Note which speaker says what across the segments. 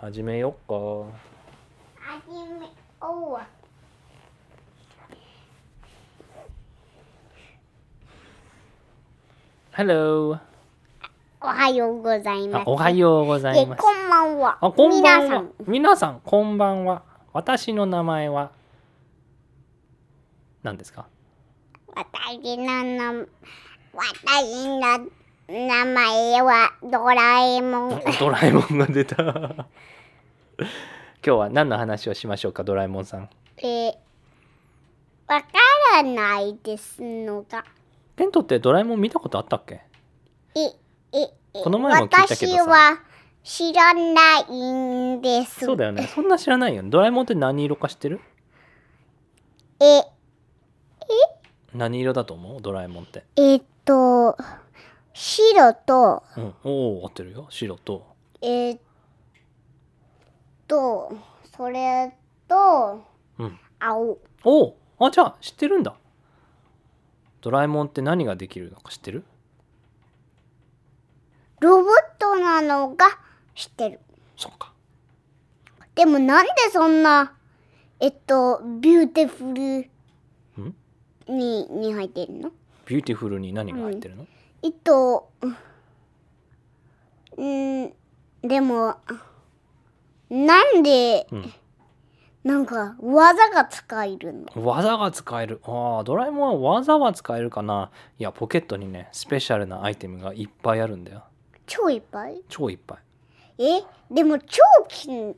Speaker 1: 始めよっか
Speaker 2: 始めおうわ
Speaker 1: ハロー
Speaker 2: おはようございま
Speaker 1: あ
Speaker 2: す。
Speaker 1: おはようござい
Speaker 2: え
Speaker 1: ます
Speaker 2: こんばんは。
Speaker 1: あこんばん
Speaker 2: 皆さ
Speaker 1: は
Speaker 2: ん、
Speaker 1: 皆さんこんばんは私の名前は何ですか
Speaker 2: 私の名前私の名前はドラえもん。
Speaker 1: ドラえもんが出た 今日は何の話をしましょうかドラえもんさん
Speaker 2: えわからないですのが。
Speaker 1: テントってドラえもん見たことあったっけ
Speaker 2: え、え、え、
Speaker 1: この前も聞いたけどさ
Speaker 2: 私は知らないんです。
Speaker 1: そうだよねそんな知らないよねドラえもんって何色か知ってる
Speaker 2: え、
Speaker 1: 何色だと思うドラえもんって
Speaker 2: えっと、白と、
Speaker 1: うんおお合ってるよ白と
Speaker 2: えっと、それと、
Speaker 1: うん
Speaker 2: 青。
Speaker 1: おおあじゃあ知ってるんだドラえもんって何ができるのか知ってる
Speaker 2: ロボットなのが知ってる。
Speaker 1: そっか
Speaker 2: でもなんでそんな、えっと、ビューティフル
Speaker 1: ん
Speaker 2: に、に入ってるの
Speaker 1: ビューティフルに何が入ってるの、
Speaker 2: えっと、うん、でも、なんで、
Speaker 1: うん
Speaker 2: なんか、技が使えるの
Speaker 1: 技が使えるああドラえもんは技は使えるかないやポケットにねスペシャルなアイテムがいっぱいあるんだよ
Speaker 2: 超いっぱい
Speaker 1: 超いっぱ
Speaker 2: え、でも超きん、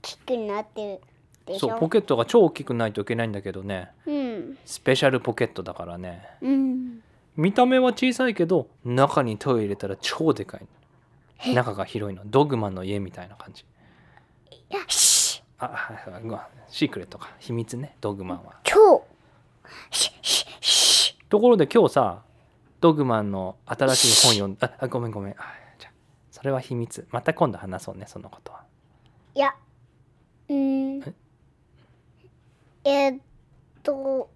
Speaker 2: きくなってる
Speaker 1: い
Speaker 2: でし
Speaker 1: そうポ
Speaker 2: ょ
Speaker 1: ケットが超大きくないといけないんだけどね
Speaker 2: うん。
Speaker 1: スペシャルポケットだからね
Speaker 2: うん。
Speaker 1: 見た目は小さいけど中に手を入れたら超でかい中が広いのドグマの家みたいな感じ
Speaker 2: よし
Speaker 1: あはいはいうわシークレットか秘密ねドグマは
Speaker 2: 超ししし
Speaker 1: ところで今日さドグマンの新しい本読んだあごめんごめんあじゃあそれは秘密また今度話そうねそのことはい
Speaker 2: や、うーん。えーっと、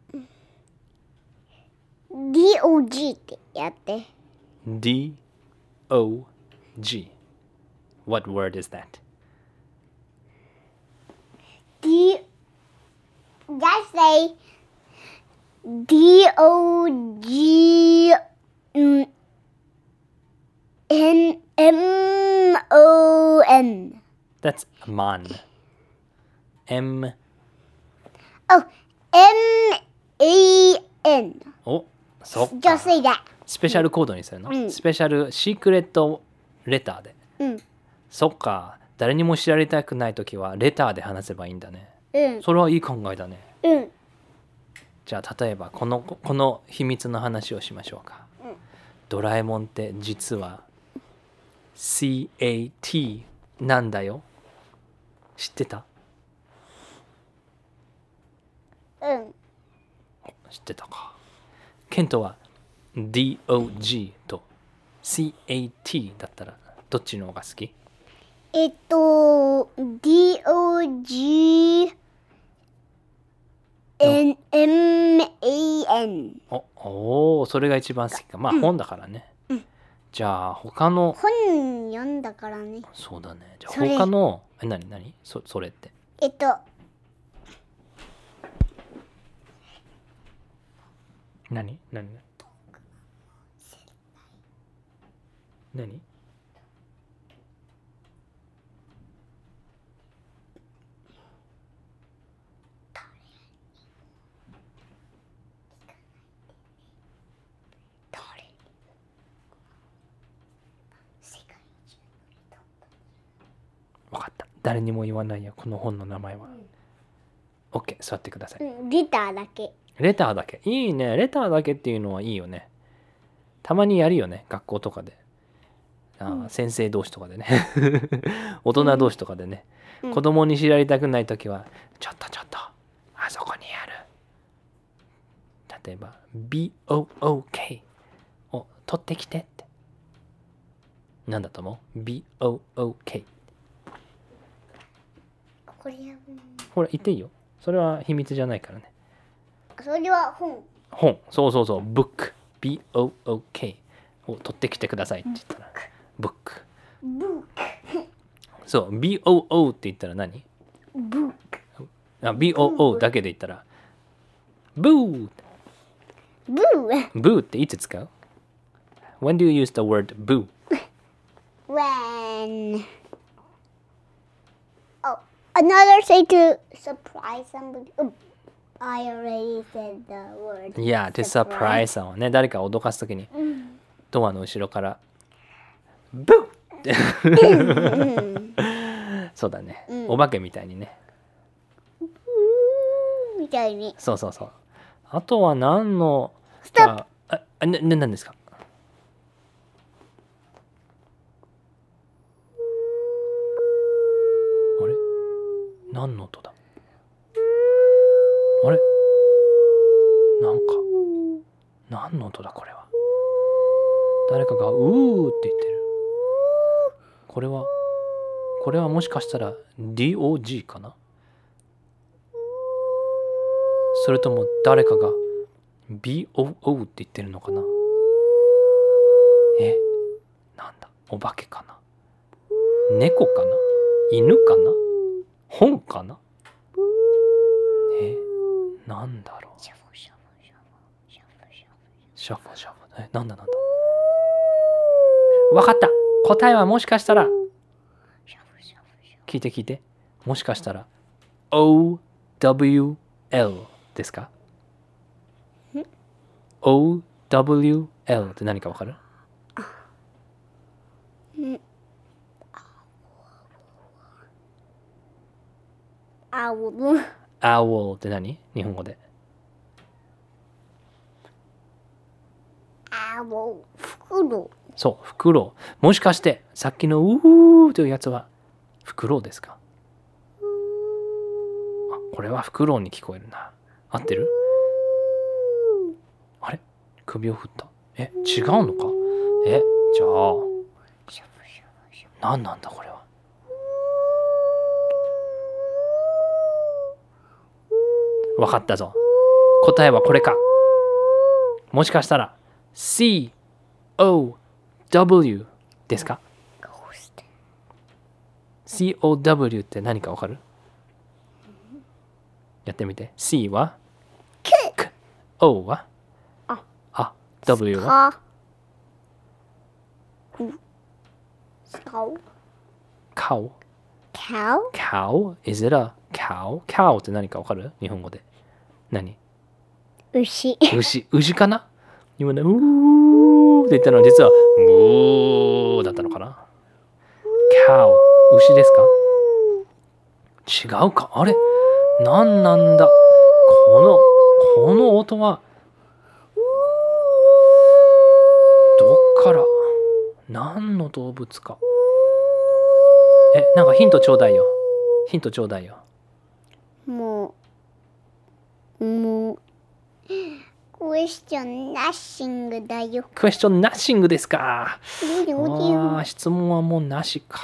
Speaker 2: DOG ってやって。
Speaker 1: D O G What word is that?
Speaker 2: D, just say DOG, mm, N, M, O, N.
Speaker 1: That's man. M
Speaker 2: Oh, M, A, N.
Speaker 1: おそっ
Speaker 2: Just
Speaker 1: か
Speaker 2: say that.
Speaker 1: スペシャルコードにするの、
Speaker 2: うん
Speaker 1: スペシャルシークレットレターで
Speaker 2: うん。
Speaker 1: そっか誰にも知られたくない時はレターで話せばいいんだね
Speaker 2: うん。
Speaker 1: それはいい考えだね
Speaker 2: うん。
Speaker 1: じゃあ例えばこのこの秘密の話をしましょうか、
Speaker 2: うん
Speaker 1: ドラえもんって実は CAT なんだよ知ってた
Speaker 2: うん。
Speaker 1: 知ってたかケントは DOG と CAT だったらどっちの方が好き
Speaker 2: えっと、DOG、N、MAN。
Speaker 1: おおーそれが一番好きかまあ本だからね、じゃあ他の
Speaker 2: 本読んだからね。
Speaker 1: そうだねじゃあ
Speaker 2: それ
Speaker 1: 他のえ何何そそれって
Speaker 2: えっと、
Speaker 1: 何何何何
Speaker 2: 誰世界中
Speaker 1: 分かった誰にも言わないよこの本の名前は、OK 座ってください
Speaker 2: うん、リターだけ。
Speaker 1: レターだけいいねレターだけっていうのはいいよねたまにやるよね学校とかであー、
Speaker 2: うん
Speaker 1: 先生同士とかでね 大人同士とかでね、
Speaker 2: うん
Speaker 1: 子供に知られたくない時は「ちょっとちょっとあそこにある」例えば「BOOK」を取ってきてってなんだと思う ?BOOK
Speaker 2: これは、うん
Speaker 1: ほら言っていいよそれは秘密じゃないからね
Speaker 2: それは本。
Speaker 1: 本そうそうそう「book」「book」を取ってきてくださいって言ったら「book
Speaker 2: ブー」
Speaker 1: そう、BOO って言ったら何
Speaker 2: ブー
Speaker 1: あ ?BOO だけで言ったら、ブー
Speaker 2: ブー
Speaker 1: ブーっていつ使う ?When do you use the word boo?
Speaker 2: when oh another say to surprise somebody oh, I already said the word
Speaker 1: Yeah, to surprise someone ね、誰かを脅かすときに、ドアの後ろから、ブーって。
Speaker 2: Mm-hmm.
Speaker 1: そうだね、お化けみたいにね。
Speaker 2: Ooh, みたいに
Speaker 1: そうそうそう。あとは何の。ス
Speaker 2: トッ
Speaker 1: プあ、あな、な、なんですかあれ何の音だあれなんか、何の音だこれは。誰かが、うーって言ってる。これは、これはもしかしたら DOG かなそれとも誰かが BOO って言ってるのかなえなんだお化けかな猫かな犬かな本かなえなんだろう
Speaker 2: シャフシャフシャフシャフシャフ
Speaker 1: シャッフルシャッフルえなんだなんだわかった答えはもしかしたら
Speaker 2: シャフシャフシャフ
Speaker 1: 聞いて聞いてもしかしたら OWL ですか ?OWL って何かわかる
Speaker 2: あおぶ
Speaker 1: ?Owl って何日本語で。
Speaker 2: あおふくろ
Speaker 1: そう、フクロウ。もしかして、さっきのうーというやつはフクロウですかあこれはフクロウに聞こえるな。合ってるあれ首を振った。え、違うのかえ、じゃあ。
Speaker 2: シャフシャフシャフ
Speaker 1: 何なんだこれはわかったぞ答えはこれかもしかしたら COW ですか
Speaker 2: ゴースト
Speaker 1: ?COW って何かわかるやってみて C は
Speaker 2: キ
Speaker 1: K O は
Speaker 2: あ
Speaker 1: あ W は
Speaker 2: かかお
Speaker 1: Cow
Speaker 2: か
Speaker 1: Cow
Speaker 2: お
Speaker 1: Is it a cow? Cow って何かわかる日本語で何
Speaker 2: 牛
Speaker 1: 牛、牛かな今ね、うーって言ったのは実は、むーだったのかな ?cow、牛ですか違うかあれ何なんだこの、この音は、どっから、何の動物か。え、なんかヒントちょうだいよ。ヒントちょうだいよ。
Speaker 2: もう、もう、クエスチョンナッシングだよ。
Speaker 1: クエスチョンナッシングですか
Speaker 2: どうでもいい
Speaker 1: あ
Speaker 2: よ
Speaker 1: ー質問はもうなしか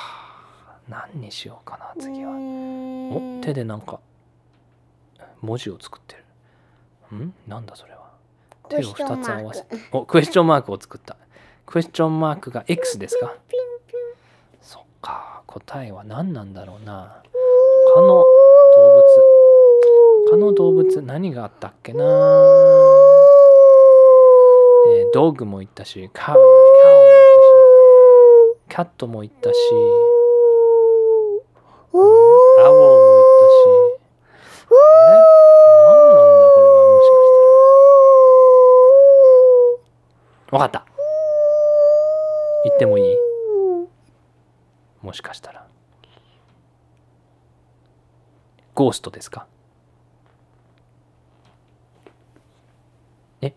Speaker 1: 何にしようかな次
Speaker 2: う
Speaker 1: は
Speaker 2: ー
Speaker 1: お
Speaker 2: ん
Speaker 1: 手でなんか文字を作ってるんなんだそれは手
Speaker 2: ク
Speaker 1: を
Speaker 2: エスチョ
Speaker 1: 2
Speaker 2: ン
Speaker 1: つ
Speaker 2: マ
Speaker 1: 合わ
Speaker 2: ー
Speaker 1: せ
Speaker 2: ク。
Speaker 1: おクエスチョンマークを作ったクエスチョンマークが X ですか
Speaker 2: ピンピ
Speaker 1: そっか答えは何なんだろうな他の動物他の動物何があったっけな、えー、ドッグも行ったしカーカーも行ったしキャットも行ったし
Speaker 2: ン
Speaker 1: ア
Speaker 2: おー
Speaker 1: ボーも行ったしあれ何なんだこれはもしかしたらわかった言ってもいいもしかしたらゴーストですかえ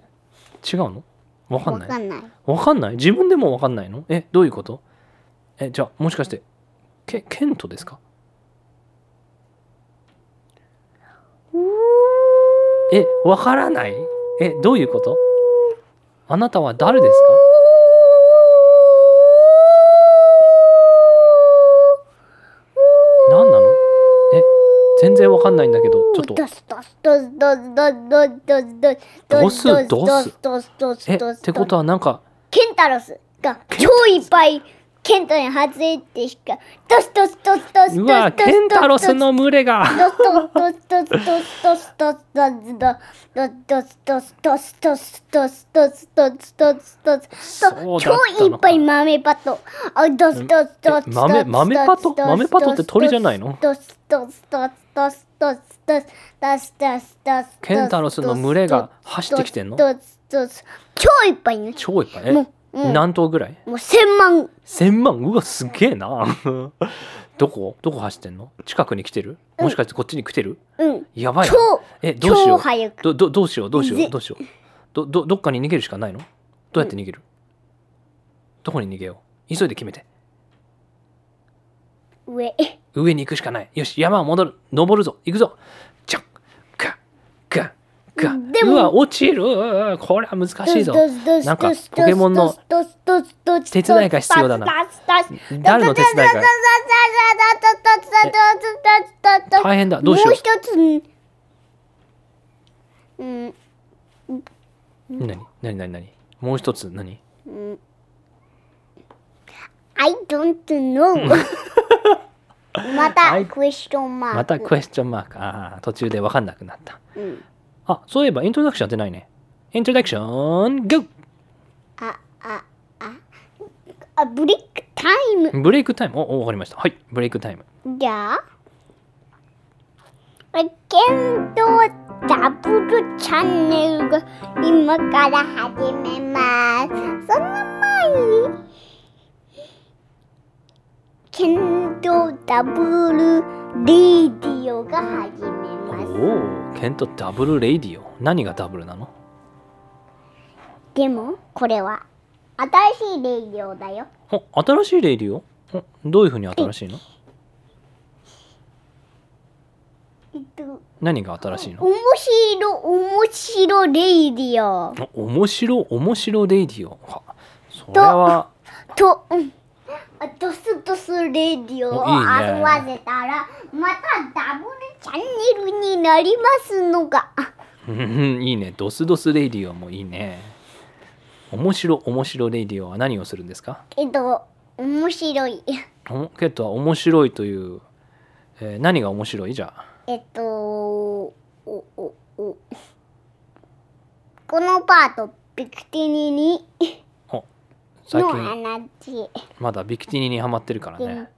Speaker 1: 違うのわかん
Speaker 2: わ
Speaker 1: ない
Speaker 2: かんない。
Speaker 1: わかんない自分でもわかんないのえどういうことえじゃあもしかしてケケントですかえわからないえどういうことあなたは誰ですか何なのえ全然わかんないんだけどちょっと
Speaker 2: ドスドスドスドスドスドスドス
Speaker 1: ドスド
Speaker 2: ドス
Speaker 1: ス
Speaker 2: ドスドスドスドス
Speaker 1: え
Speaker 2: ドス
Speaker 1: ってことはなんか
Speaker 2: ケンタロスが超いっぱいケントに外れてしかトストストストストストストス
Speaker 1: うわ、ケンタロスの群れが。
Speaker 2: トストストストストストストストストストストストストストストストス超いっぱい豆パトあドストストスト
Speaker 1: 豆豆パト豆パトって鳥じゃないの
Speaker 2: トストストストストストストストストス
Speaker 1: ケンタロスの群れが走ってきてんの
Speaker 2: トストス超いっぱいね
Speaker 1: 超いっぱい。え
Speaker 2: もううん
Speaker 1: 何頭ぐらい
Speaker 2: もう千万
Speaker 1: ?1000 万うわ、すげえな。 どこどこ走ってんの近くに来てるもしかしてこっちに来てる
Speaker 2: うん
Speaker 1: やばいな
Speaker 2: 超。
Speaker 1: え、どうしよ
Speaker 2: 超
Speaker 1: う。
Speaker 2: 早く
Speaker 1: どどどうしようどうしよ
Speaker 2: ぜ
Speaker 1: うどうしようどどどっかに逃げるしかないのどうやって逃げる、どこに逃げよう急いで決めて
Speaker 2: 上
Speaker 1: 上に行くしかないよし山を戻る登るぞ行くぞじゃんガッガッガッ
Speaker 2: でも
Speaker 1: うわ落ちるこれは難しいぞ
Speaker 2: な
Speaker 1: なんかポケモンの手伝いが必要だな誰の手伝いが大変だどうしよ
Speaker 2: もう一つうん
Speaker 1: う何何何何もう一つ何
Speaker 2: I don't know またクエスチョンマーク
Speaker 1: またクエスチョンマークあー途中で分かんなくなった
Speaker 2: うん
Speaker 1: あそういえばイントロダクション出ないねイントロダクション GO!
Speaker 2: ああああブリックタイム
Speaker 1: ブレイクタイムお、わかりました。はい、ブレイクタイム。
Speaker 2: じゃあ、剣道ダブルチャンネルが今から始めます。その前に、剣道ダブルリディオが始め
Speaker 1: お
Speaker 2: ます。
Speaker 1: お、ケントダブルレイディオ。何がダブルなの
Speaker 2: でも、これは新しいレディオだよ。
Speaker 1: お、新しいレイディオおどういうふうに新しいの
Speaker 2: えっと、
Speaker 1: 何が新しいの
Speaker 2: 面白、面白レディオ。
Speaker 1: お、面白、面白レイディオ。はそれは、
Speaker 2: と、うん、あドスドスレディオを
Speaker 1: おいいね
Speaker 2: 味わせたらまたダブルチャンネルになりますのがあ
Speaker 1: うんいいね。ドスドスレイディオもいいね。面白、面白レイディオは何をするんですか
Speaker 2: えっと面白い
Speaker 1: おケントは面白いという、えー何が面白いじゃあ。
Speaker 2: えっとおおおこのパートビクティニに
Speaker 1: お、最
Speaker 2: の
Speaker 1: 近
Speaker 2: 話
Speaker 1: まだビキティニにハマってるからね。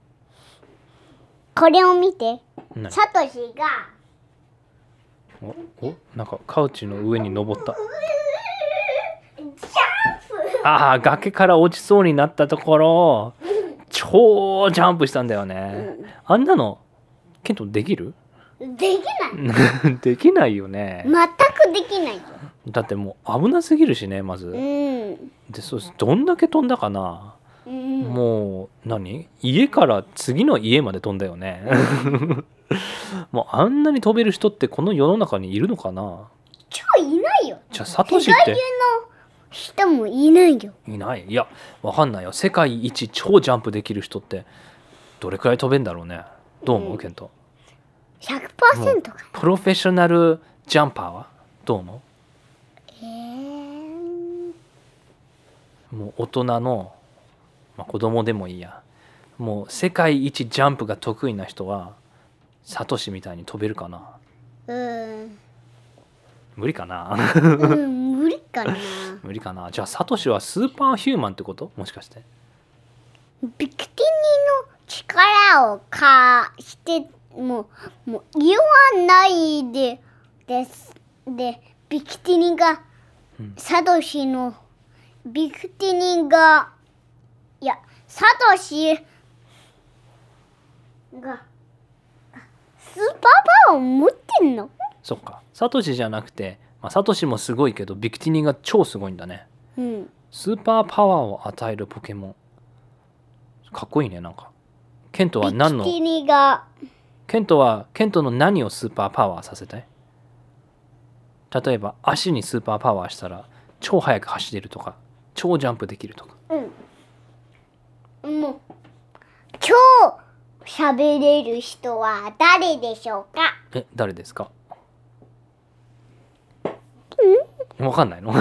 Speaker 2: これを見て
Speaker 1: 何
Speaker 2: サトシが
Speaker 1: おおなんかカウチの上に登った
Speaker 2: ジャンプ
Speaker 1: ああ崖から落ちそうになったところ超ジャンプしたんだよねあんなのケントできる
Speaker 2: でき
Speaker 1: できないよね
Speaker 2: ない全くできないよ
Speaker 1: だってもう危なすぎるしねま
Speaker 2: う
Speaker 1: ず
Speaker 2: ん
Speaker 1: でそうですどんだけ飛んだかな
Speaker 2: うん
Speaker 1: もう何家から次の家まで飛んだよね もうあんなに飛べる人ってこの世の中にいるのかな
Speaker 2: 超いないよ。
Speaker 1: じゃあサトシって
Speaker 2: 人もいないよ。
Speaker 1: いないいやわかんないよ世界一超ジャンプできる人ってどれくらい飛べんだろうねどう思
Speaker 2: う
Speaker 1: うんケント
Speaker 2: 100%か。
Speaker 1: プロフェッショナルジャンパーはどう思
Speaker 2: えー、
Speaker 1: うもう大人の、まあ、子供でもいいやもう世界一ジャンプが得意な人はサトシみたいに飛べるかな
Speaker 2: うーん。
Speaker 1: 無理かな
Speaker 2: うん、無理かな。
Speaker 1: 無理かなじゃあサトシはスーパーヒューマンってこともしかして
Speaker 2: ビクティニの力を貸して、もう、もう言わないで、です。で、ビクティニが
Speaker 1: うん、
Speaker 2: サトシの、ビクティニが、いや、サトシが、スーパーパワーを持ってんの
Speaker 1: そっかサトシじゃなくて、まあ、サトシもすごいけどビクティニが超すごいんだね
Speaker 2: うん。
Speaker 1: スーパーパワーを与えるポケモン。かっこいいね、なんか。ケントは何の
Speaker 2: ビキ、ニが
Speaker 1: ケントは、ケントの何をスーパーパワーさせたい例えば、足にスーパーパワーしたら、超速く走れるとか、超ジャンプできるとか。
Speaker 2: うんもう今日喋れる人は誰でしょうか
Speaker 1: え、誰ですか わかんないの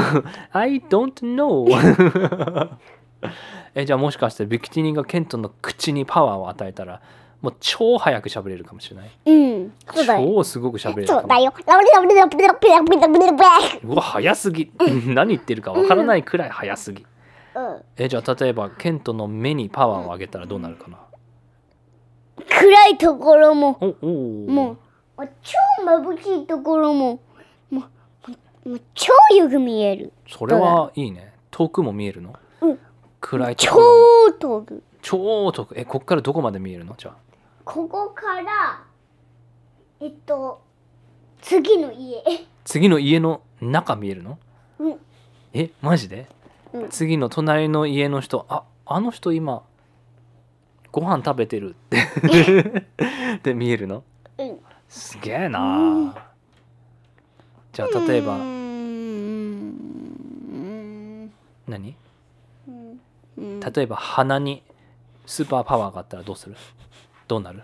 Speaker 1: ?I don't know. えじゃあもしかしてビキティニがケントの口にパワーを与えたらもう超早く喋れるかもしれない
Speaker 2: うん。そうだよ。
Speaker 1: 超すごく喋れるか
Speaker 2: そうだ
Speaker 1: も
Speaker 2: よ。ラブラブラブラブラブラブラブラ
Speaker 1: うわ早すぎ 何言ってるかわからないくらい早すぎ
Speaker 2: うん。
Speaker 1: えじゃあ例えばケントの目にパワーをあげたらどうなるかな
Speaker 2: 暗いところも、
Speaker 1: おおー
Speaker 2: もう、超眩しいところも、もう、もう超よく見える。
Speaker 1: それはいいね遠くも見えるの、
Speaker 2: うん
Speaker 1: 暗いと
Speaker 2: 超
Speaker 1: ころも
Speaker 2: 遠く。
Speaker 1: 超遠くえこっからどこまで見えるのじゃあ
Speaker 2: ここから、えっと、次の家。
Speaker 1: 次の家の中見えるの
Speaker 2: うん。
Speaker 1: えマジで、
Speaker 2: うん
Speaker 1: 次の隣の家の人ああの人今ご飯食べてるって で見えるの
Speaker 2: うん。
Speaker 1: すげえなあ、
Speaker 2: うん
Speaker 1: じゃあ例えば、
Speaker 2: うーん。
Speaker 1: 何
Speaker 2: うんうん
Speaker 1: 例えば鼻にスーパーパワーがあったらどうするどうなる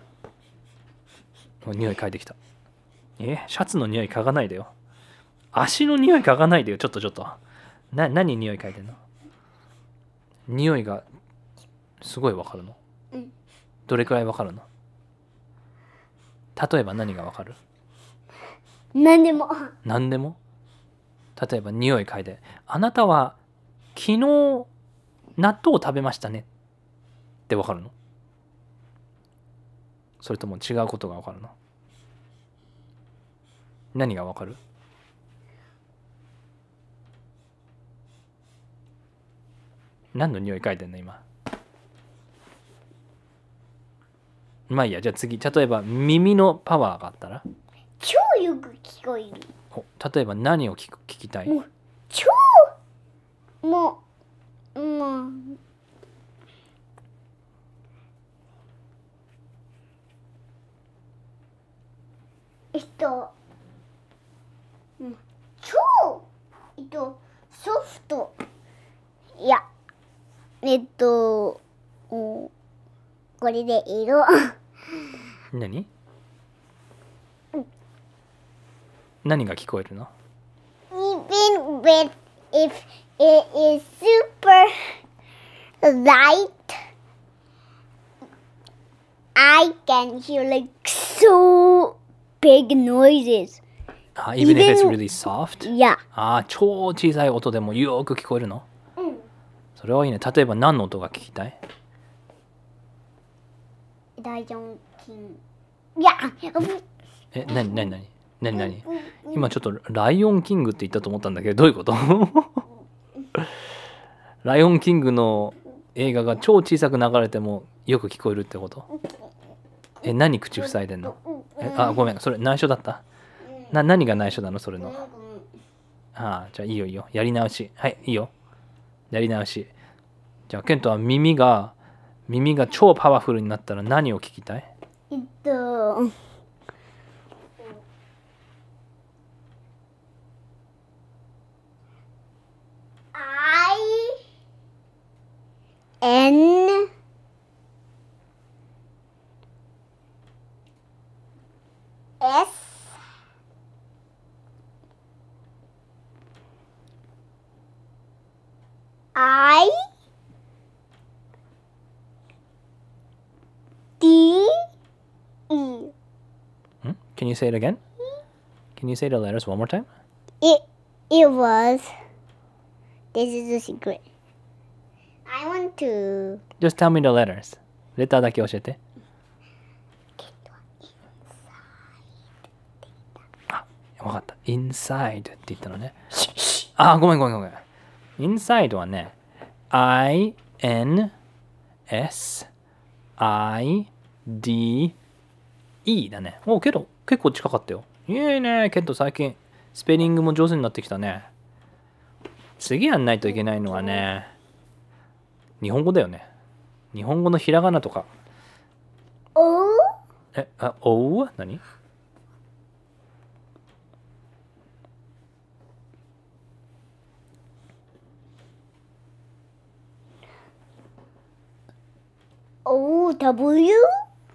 Speaker 1: お匂い嗅いできたえシャツの匂い嗅がないでよ足の匂い嗅がないでよちょっとちょっとな何匂い嗅いでんの匂いがすごいわかるの、
Speaker 2: うん
Speaker 1: どれくらいわかるの例えば何がわかる
Speaker 2: 何でも。
Speaker 1: 何でも例えば匂い嗅いで「あなたは昨日納豆を食べましたね」ってわかるのそれとも違うことがわかるの何がわかる何の匂い嗅いでんの今まあいいやじゃあ次例えば耳のパワーがあったら
Speaker 2: 超よく聞こえる。
Speaker 1: お例えば何を聞く聞きたい
Speaker 2: もう超もうもうえっとうん超えっとソフトいやえっとうんこれで 色
Speaker 1: 何何が聞こえるの
Speaker 2: even with if it is super light, I can hear like so big noises.
Speaker 1: あ even if it's
Speaker 2: even-
Speaker 1: really soft?
Speaker 2: Yeah.
Speaker 1: あー超小さい音でもよく聞こえるの
Speaker 2: うん
Speaker 1: それはいいね。例えば何の音が聞きたい
Speaker 2: 大丈夫。Yeah.
Speaker 1: え、何何何何何今ちょっとライオンキングって言ったと思ったんだけど、どういうことライオンキングの映画が超小さく流れてもよく聞こえるってことえ、何口塞いでんのえあ、ごめん。それ内緒だったな何が内緒なのそれの。ああ、じゃあいいよいいよ。やり直し。はい、いいよ。やり直し。じゃあ、ケントは耳が、耳が超パワフルになったら何を聞きたい
Speaker 2: えっと。I N S I D E
Speaker 1: ん ?Can you say it again? Can you say the letters one more time?
Speaker 2: It it was. This is a secret. I want to.
Speaker 1: Just tell me the letters. レターだけ教えて。あ、わかった。inside って言ったのね。あ、ごめんごめんごめん。inside はね、i, n, s, i, d, e だね。お、けど結構近かったよ。いいね、ケント最近スペリングも上手になってきたね。次やんないといけないのはね、日本語だよね。日本語のひらがなとか。
Speaker 2: O
Speaker 1: え、あ、おう何
Speaker 2: O W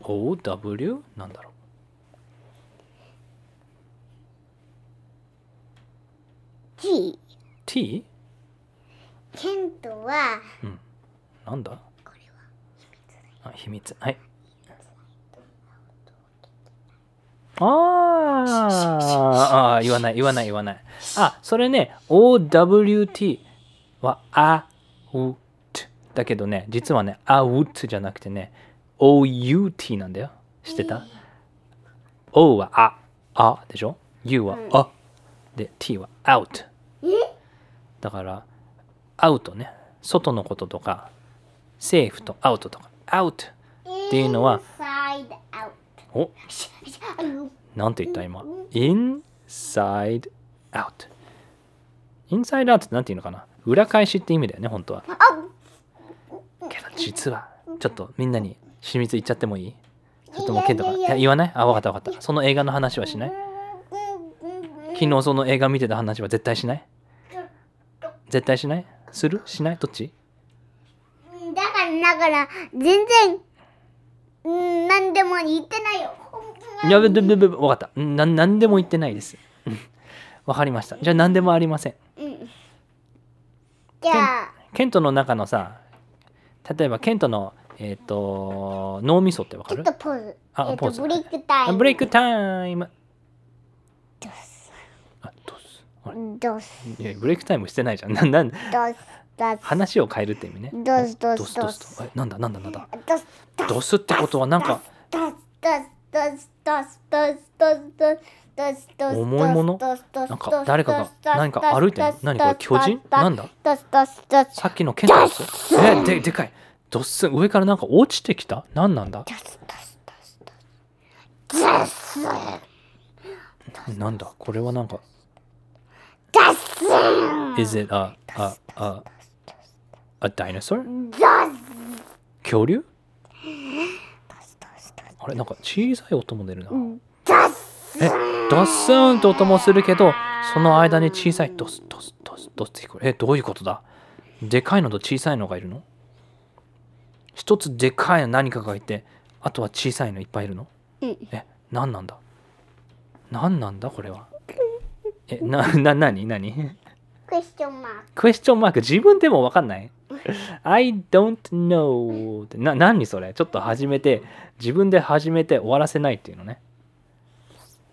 Speaker 1: ?OW? なんだろう
Speaker 2: G。
Speaker 1: ?T?
Speaker 2: ケントは、
Speaker 1: うんなんだ
Speaker 2: これは
Speaker 1: あ秘密はいあーあー言わない言わない言わないあそれね OWT はあう t だけどね実はねあう t じゃなくてね OUT なんだよ知ってた O はああでしょ U はあで T は out
Speaker 2: え
Speaker 1: だからアウトね外のこととかセーフとアウトとかアウトっていうのは
Speaker 2: Inside out
Speaker 1: おなんて言った今 inside out inside out ってなんて言うのかな裏返しって意味だよね本当は
Speaker 2: あ
Speaker 1: けど実はちょっとみんなに秘密言っちゃってもいいちょっともう
Speaker 2: いや
Speaker 1: ケ
Speaker 2: い
Speaker 1: ント
Speaker 2: や
Speaker 1: が
Speaker 2: いや
Speaker 1: いや言わないあわかったわかったその映画の話はしない昨日その映画見てた話は絶対しない絶対しないするしないどっち
Speaker 2: だからだから全然うん何でも言ってないよ
Speaker 1: いや、ぶぶぶぶ分かった。うんな何でも言ってないです。うんわかりました。じゃあ何でもありません。
Speaker 2: うんじゃあ
Speaker 1: ケントの中のさ、例えばケントの、えっ、と、脳みそってわか
Speaker 2: ちょ
Speaker 1: る
Speaker 2: っとポーズ
Speaker 1: あ
Speaker 2: えっ
Speaker 1: ポー
Speaker 2: と
Speaker 1: ズ
Speaker 2: ブレイクタイ
Speaker 1: あ
Speaker 2: ム
Speaker 1: ブレイクタイム。
Speaker 2: ドス
Speaker 1: あ、どうすあれ
Speaker 2: ドス
Speaker 1: いやブレイクタイムしてないじゃん。なんなん
Speaker 2: ドスドス
Speaker 1: 話を変えるって意味ね。
Speaker 2: どうすどうす
Speaker 1: どうすどうす
Speaker 2: どうす
Speaker 1: と。え、なんだなんだなんだ。
Speaker 2: ドスドス
Speaker 1: ドスってことはなんか、
Speaker 2: ドスドスドスドスドスドスドスドス
Speaker 1: 重いもの
Speaker 2: ドスドス
Speaker 1: なん
Speaker 2: ド
Speaker 1: か
Speaker 2: ス
Speaker 1: 誰かが何か歩いてる
Speaker 2: ド。ス
Speaker 1: 何これ
Speaker 2: ドス
Speaker 1: 巨人
Speaker 2: ドス
Speaker 1: なんだ
Speaker 2: ドスドスドス
Speaker 1: さっきのケントのやつえ、で、でかい。ドッスン上からなんか落ちてきたなんなんだ
Speaker 2: ドスドスドスドスドス
Speaker 1: なんだこれはなんか
Speaker 2: ドスドス
Speaker 1: Is it a, a, a, a dinosaur?
Speaker 2: ザ
Speaker 1: 恐竜
Speaker 2: スザスザス
Speaker 1: あれなんか小さい音も出るな。
Speaker 2: ザス
Speaker 1: え、ドッスンって音もするけど、その間に小さいドスドスドスドスって聞こえる。え、どういうことだでかいのと小さいのがいるの一つでかい何かがいて、あとは小さいのいっぱいいるの
Speaker 2: うん
Speaker 1: え、なんなんだなんなんだこれは。え、な、な、なになに
Speaker 2: クエスチョンマーク
Speaker 1: クエスチョンマーク自分でもわかんない ?I don't know ってな何それちょっと始めて自分で始めて終わらせないっていうのね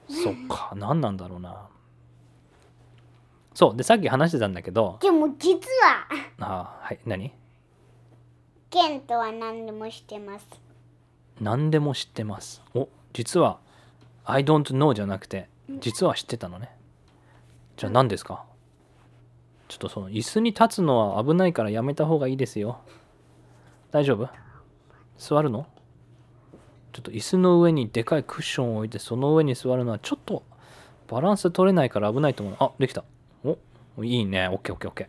Speaker 1: そっか何なんだろうなそうでさっき話してたんだけど
Speaker 2: でも実は
Speaker 1: あーはい何
Speaker 2: ケントは何でもしてます
Speaker 1: 何でも知ってますお実は I don't know じゃなくて実は知ってたのねじゃあ何ですかちょっとその椅子に立つのは危ないからやめた方がいいですよ大丈夫座るのちょっと椅子の上にでかいクッションを置いてその上に座るのはちょっとバランス取れないから危ないと思うあできたおいいね OKOKOK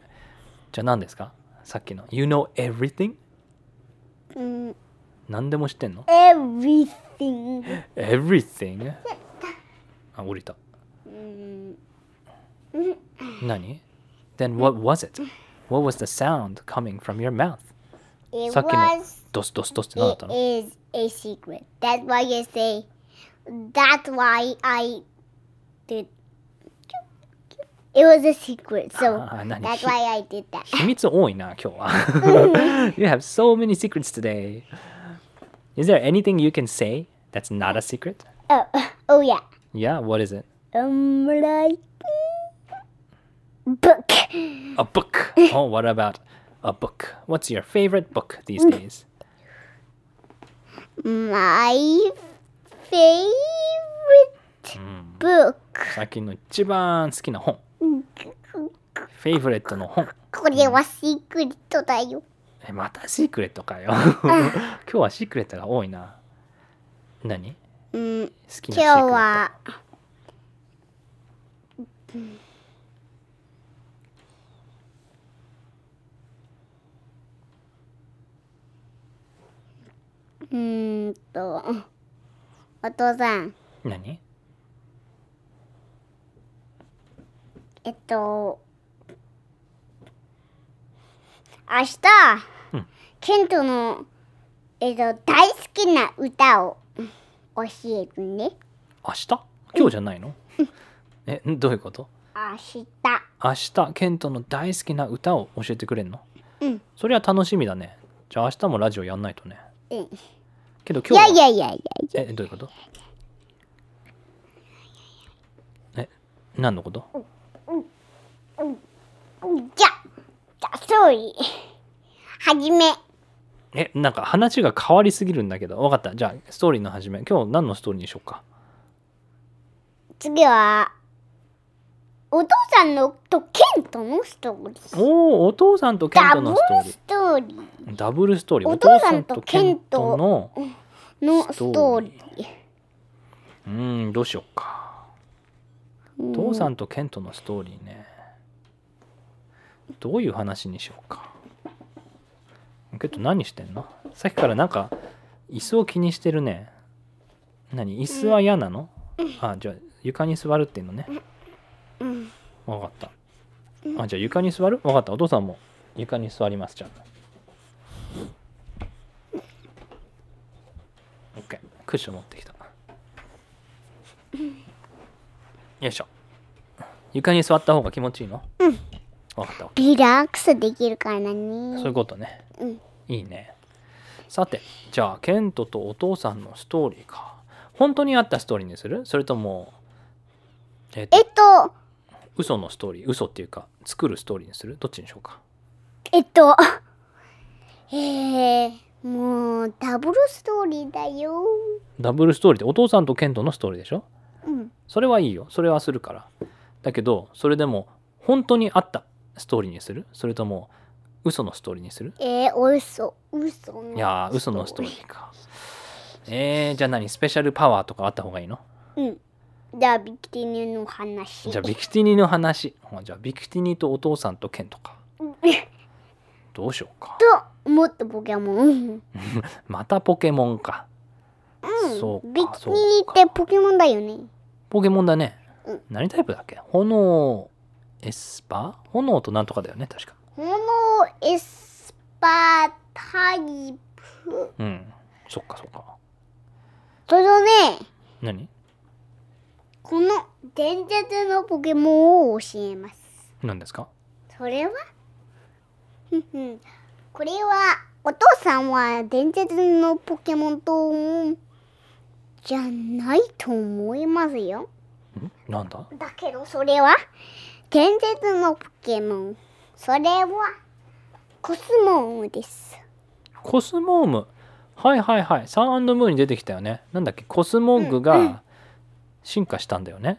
Speaker 1: じゃあ何ですかさっきの You know everything?
Speaker 2: うん
Speaker 1: 何でも知ってんの
Speaker 2: everything
Speaker 1: Everything? Ah, あ、降りた。
Speaker 2: うん
Speaker 1: 何 ?Then what was it? What was the sound coming from your mouth?
Speaker 2: it
Speaker 1: さっきの
Speaker 2: was
Speaker 1: ドスドスドスって何だった
Speaker 2: it
Speaker 1: の
Speaker 2: is a secret that's why you say that's why I did it was a secret so
Speaker 1: あー何
Speaker 2: that's why I did that
Speaker 1: 秘密多いな、今日は。you have so many secrets today. Is there anything you can say that's not a secret?
Speaker 2: oh oh yeah
Speaker 1: Yeah, what is it?
Speaker 2: I'm like book.
Speaker 1: A book. Oh, what about a book? What's your favorite book these days?
Speaker 2: My favorite
Speaker 1: Hmm,
Speaker 2: book.
Speaker 1: 最近の一番好きな本。フェイブレットの本。
Speaker 2: これはシークレットだよ。
Speaker 1: えまたシークレットかよ 今日はシークレットが多いな何好
Speaker 2: うん、
Speaker 1: きなシークレット
Speaker 2: 今日はうーんとお父さん
Speaker 1: 何
Speaker 2: えっと明日、
Speaker 1: うん
Speaker 2: ケントの、えっと、大好きな歌を教えるね
Speaker 1: 明日今日じゃないのえんどういうこと
Speaker 2: 明日
Speaker 1: 明日ケントの大好きな歌を教えてくれんの
Speaker 2: うん
Speaker 1: そりゃ楽しみだねじゃあ明日もラジオやんないとね。
Speaker 2: うん
Speaker 1: けど
Speaker 2: い
Speaker 1: 今日
Speaker 2: や
Speaker 1: はい
Speaker 2: やいやいや
Speaker 1: え、どういうことえ、何のこと
Speaker 2: じゃじゃ総理はじめ
Speaker 1: え、なんか話が変わりすぎるんだけど。わかった。じゃあ、ストーリーの始め。今日何のストーリーにしようか。
Speaker 2: 次はお父さんのとケントのストーリー
Speaker 1: おお、お父さんとケン
Speaker 2: ダ
Speaker 1: ト
Speaker 2: ブ
Speaker 1: の
Speaker 2: ル
Speaker 1: ストーリ
Speaker 2: ストーリ
Speaker 1: ー。ダブルストーリー。
Speaker 2: お父さん
Speaker 1: お
Speaker 2: とケント
Speaker 1: の、
Speaker 2: ーのストーリー
Speaker 1: うーん、どうしようか。お父さんとケントのストーリーね。どういう話にしようか。ケント何してんのさっきからなんか、椅子を気にしてるね。何椅子は嫌なの、あ、じゃあ床に座るっていうのね。
Speaker 2: うん
Speaker 1: わかった。あ、じゃあ床に座るわかった。お父さんも床に座ります。じゃあ。オッケー。クッション持ってきた。よいしょ。床に座った方が気持ちいいのうん。わかった。
Speaker 2: リラックスできるからね
Speaker 1: そういうことね。
Speaker 2: うん
Speaker 1: いいね。さて、じゃあ、ケントとお父さんのストーリーか。本当にあったストーリーにするそれとも、えっと
Speaker 2: えっと
Speaker 1: 嘘のストーリー嘘っていうか作るストーリーにするどっちにしようか
Speaker 2: えっと えー、もうダブルストーリーだよ
Speaker 1: ダブルストーリーってお父さんとケントのストーリーでしょ
Speaker 2: うん
Speaker 1: それはいいよそれはするからだけどそれでも本当にあったストーリーにするそれとも嘘のストーリーにする
Speaker 2: えー、お嘘嘘の
Speaker 1: いやー嘘のストーリーかえー、じゃあ何スペシャルパワーとかあった方がいいの
Speaker 2: うんじゃあビキティニの話
Speaker 1: じゃあビキティニの話あじゃあビキティニとお父さんとケントかどうしようか
Speaker 2: ともっとポケモン
Speaker 1: またポケモンか
Speaker 2: うん
Speaker 1: そう
Speaker 2: ビ
Speaker 1: か
Speaker 2: キ
Speaker 1: そ
Speaker 2: テ
Speaker 1: う
Speaker 2: ィ
Speaker 1: か
Speaker 2: ニってポケモンだよね
Speaker 1: ポケモンだね、
Speaker 2: うん
Speaker 1: 何タイプだっけ炎エスパー炎となんとかだよね確か
Speaker 2: このエスパータイプ
Speaker 1: うんそっかそっか
Speaker 2: それとね
Speaker 1: 何
Speaker 2: この伝説のポケモンを教えます
Speaker 1: 何ですか
Speaker 2: それはふんふんこれはお父さんは伝説のポケモンとじゃないと思いますよ
Speaker 1: んなんだ
Speaker 2: だけどそれは伝説のポケモンそれはコスモンです
Speaker 1: コスモームはいはいはいサンムーに出てきたよねなんだっけコスモーグが進化したんだよね、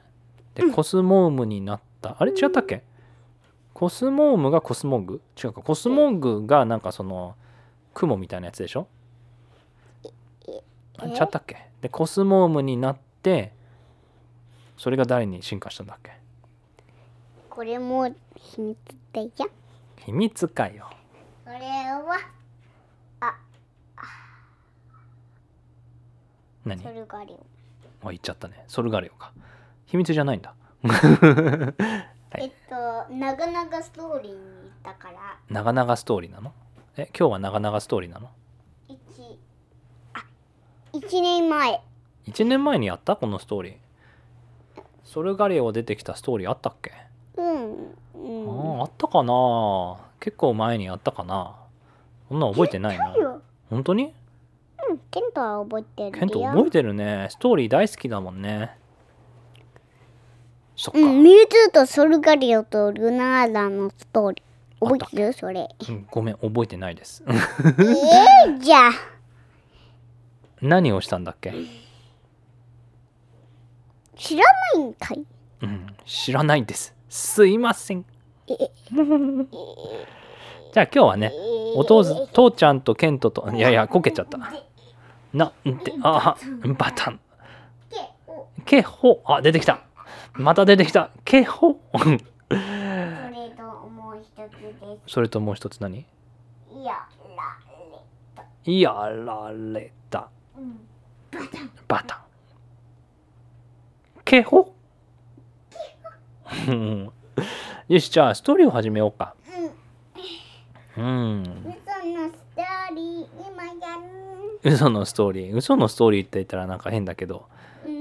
Speaker 1: でコスモームになったあれ違ったっけコスモームがコスモーグ違うかコスモーグがなんかその雲みたいなやつでしょあれ違ったっけでコスモームになってそれが誰に進化したんだっけ
Speaker 2: これも秘密だよ
Speaker 1: 秘密かよ
Speaker 2: それは
Speaker 1: 何
Speaker 2: それがあるよ
Speaker 1: あ言っちゃったねソルガリオか秘密じゃないんだはい
Speaker 2: えっと長々ストーリーに行ったから
Speaker 1: 長々ストーリーなのえ今日は長々ストーリーなの
Speaker 2: 一あ一年前
Speaker 1: 1年前にやったこのストーリーソルガリオ出てきたストーリーあったっけ、
Speaker 2: うん
Speaker 1: あ
Speaker 2: うん
Speaker 1: ーあったかな結構前にやったかなそんな覚えてないな本当に
Speaker 2: うんケントは覚えてるよ
Speaker 1: ケント覚えてるねストーリー大好きだもんねそっか、
Speaker 2: うんミュウツーとソルガリオとルナーラのストーリー覚えてるそれ
Speaker 1: うんごめん覚えてないです
Speaker 2: えー、じゃあ
Speaker 1: 何をしたんだっけ、
Speaker 2: 知らないんかい
Speaker 1: うん、知らないですすいません じゃあ今日はねお父ず父ちゃんとケントといやいやこけちゃったなんてあバタンケホあ出てきたまた出てきたケホ
Speaker 2: それともう一つで
Speaker 1: それともう一つ何
Speaker 2: すいやら
Speaker 1: やられたバタンケホうんよしじゃあストーリーを始めようかうん
Speaker 2: 嘘のストーリー今やる
Speaker 1: 嘘のストーリー嘘のストーリーって言ったらなんか変だけど、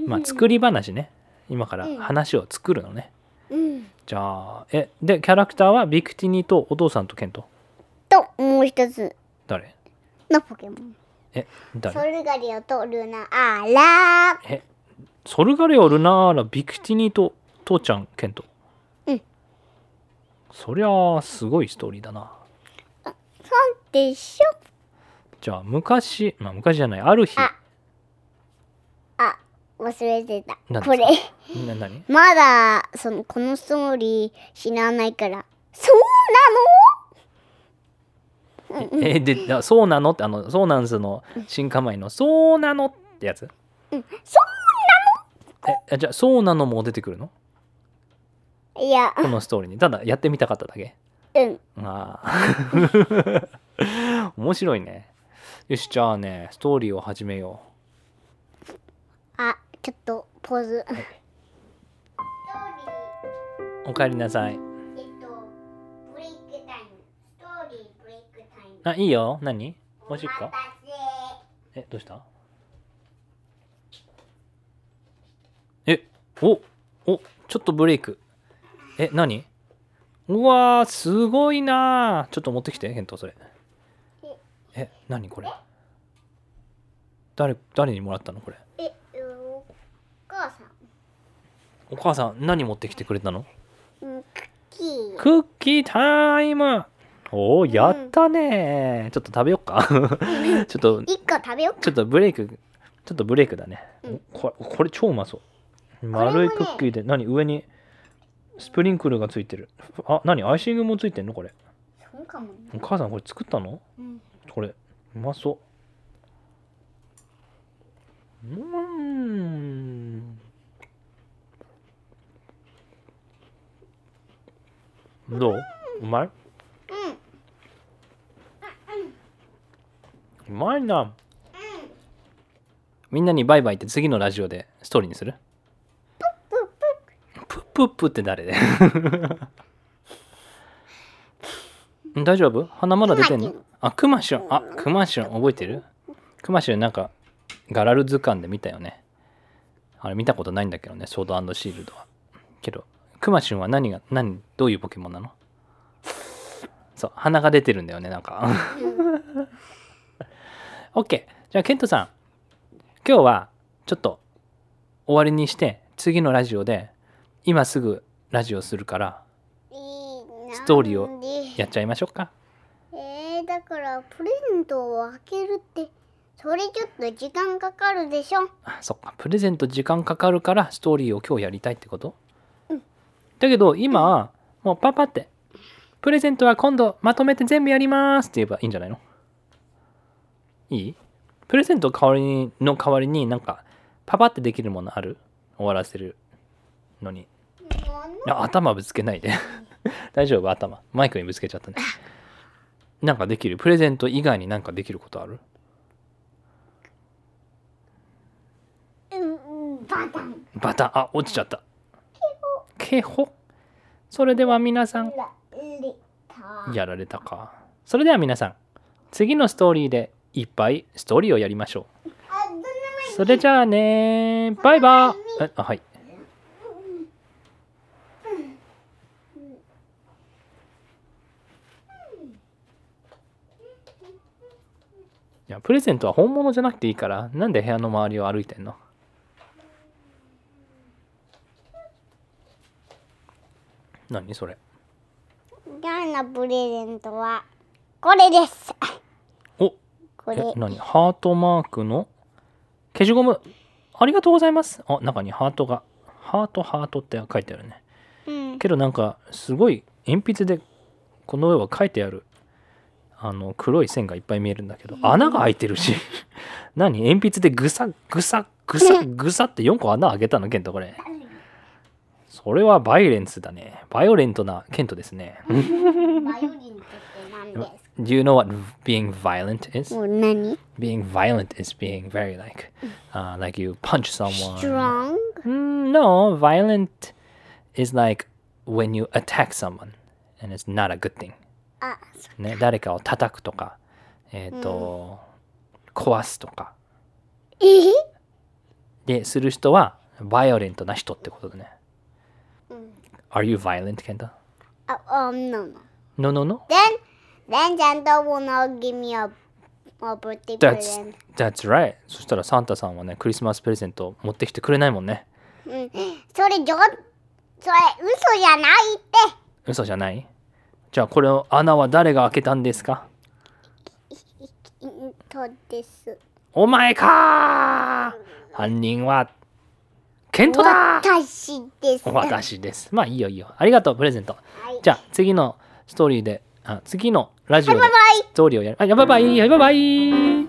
Speaker 1: まあ、作り話ね今から話を作るのね、
Speaker 2: うん
Speaker 1: じゃあえでキャラクターはビクティニとお父さんとケント
Speaker 2: ともう一つ
Speaker 1: 誰
Speaker 2: のポケモン。
Speaker 1: え、
Speaker 2: ソ
Speaker 1: 誰
Speaker 2: ルガリオとルナアーラー。
Speaker 1: え、ソルガレオ、ルナーラ、ビクティニと、父ちゃん、ケント。
Speaker 2: うん。
Speaker 1: そりゃあ、すごいストーリーだな。
Speaker 2: そうでしょ
Speaker 1: じゃあ、昔、まあ、昔じゃない、ある日、
Speaker 2: ああ、忘れてた
Speaker 1: 何です。か
Speaker 2: これ。
Speaker 1: な、なに
Speaker 2: まだ、その、このストーリー知らないから。そう
Speaker 1: え、で、あそうなのって、あの、そうなんすの、新構えの、そうなのってやつそうなのえ、じゃあ、そうなのも出てくるの
Speaker 2: なのいや、
Speaker 1: このストーリーに。ただ、やってみたかっただけ。
Speaker 2: うん。
Speaker 1: あ あ。面白いね。よし、じゃあね、ストーリーを始めよ
Speaker 2: あ、ちょっと、ポーズ。
Speaker 1: う。おかえりなさい。
Speaker 2: えっと、ブレイクタイム。ストーリーブレイクタイム。
Speaker 1: あ、いいよ。何おしっこ
Speaker 2: せ。
Speaker 1: え、どうしたえ、おおちょっとブレイク。え、何うわー、すごいなー。ちょっと持ってきて、ケント、それ。え、何これ誰、誰にもらったのこれ。
Speaker 2: え、お母さん。
Speaker 1: お母さん、何持ってきてくれたの
Speaker 2: うん、クッキー。
Speaker 1: クッキータイムおお、やったねー、ちょっと食べよっか。ちょっと、
Speaker 2: 一個食べよう。
Speaker 1: ちょっとブレイク、ちょっとブレイクだね。
Speaker 2: うん
Speaker 1: おこれこれ超うまそう。丸いクッキーで、何上にスプリンクルがついてる。あ、何アイシングもついてんのこれ。
Speaker 2: そうかもな
Speaker 1: お母さんこれ作ったの
Speaker 2: うん。
Speaker 1: これ、うまそう。うーん。どううまい
Speaker 2: うん。
Speaker 1: うまいな。みんなにバイバイって次のラジオでストーリーにする
Speaker 2: ぷっぷっ
Speaker 1: プップップって誰 で大丈夫鼻まだ出てんの
Speaker 2: クマ
Speaker 1: あクマシュンあクマシュン覚えてるクマシュンなんかガラル図鑑で見たよねあれ見たことないんだけどねソードシールドはけどクマシュンは何が何どういうポケモンなのそう鼻が出てるんだよねなんか OK じゃあケントさん今日はちょっと終わりにして次のラジオで今すぐラジオするから
Speaker 2: いいな
Speaker 1: ストーリーを
Speaker 2: なんで
Speaker 1: やっちゃいましょうか
Speaker 2: えー、だからプレゼントを開けるってそれちょっと時間かかるでしょ
Speaker 1: あそっかプレゼント時間かかるからストーリーを今日やりたいってこと、だけど今もうパパってプレゼントは今度まとめて全部やりますって言えばいいんじゃないのいいプレゼント代わりにの代わりになんかパパってできるものある終わらせるのにあ頭ぶつけないで 大丈夫頭マイクにぶつけちゃったねなんかできるプレゼント以外になんかできることある
Speaker 2: うんうんバタン
Speaker 1: バタンあ落ちちゃった警報それでは皆さん
Speaker 2: られた
Speaker 1: やられたかそれでは皆さん次のストーリーでいっぱいストーリーをやりましょう
Speaker 2: あどんな
Speaker 1: それじゃあねバイバーえあはいいやプレゼントは本物じゃなくていいからなんで部屋の周りを歩いてんの何それ
Speaker 2: 前今日のプレゼントはこれです
Speaker 1: お
Speaker 2: これ
Speaker 1: え何ハートマークの消しゴムありがとうございますあ中にハートがハートハートって書いてあるね
Speaker 2: うん
Speaker 1: けどなんかすごい鉛筆でこの絵は書いてあるあの黒い線がいっぱい見えるんだけど穴が開いてるし 何鉛筆でぐさぐさぐさぐさって4個穴開けたのケントこれそれはバイオレンスだねバイオレントなケントですね
Speaker 2: バイオリンって何です
Speaker 1: Do you know what being violent is?
Speaker 2: かもう何
Speaker 1: being violent is being very like uh, like you punch someone
Speaker 2: strong
Speaker 1: Mm, no violent is like when you attack someone and it's not a good thing
Speaker 2: あ
Speaker 1: ね誰かを叩くとかえっ、と、壊すとか
Speaker 2: えへ
Speaker 1: でする人はバイオレントな人ってことだね、Are you violent, Kenta?
Speaker 2: あ、um, no, no.
Speaker 1: No, no, no?
Speaker 2: Then, then Santa will not give me a 覚えてくれ
Speaker 1: That's
Speaker 2: る。
Speaker 1: that's right そしたらサンタさんはねクリスマスプレゼントを持ってきてくれないもんね
Speaker 2: うん、それじょ、それ嘘じゃないって。
Speaker 1: 嘘じゃないじゃあこれを穴は誰が開けたんですか
Speaker 2: うんそうです。
Speaker 1: お前かー犯人はケントだー
Speaker 2: 私です。
Speaker 1: 私ですまあいいよいいよありがとうプレゼント
Speaker 2: はい
Speaker 1: じゃあ次のストーリーであ次のラジオで
Speaker 2: バイバイ
Speaker 1: ストーリーをやるあやばいばいやばいばい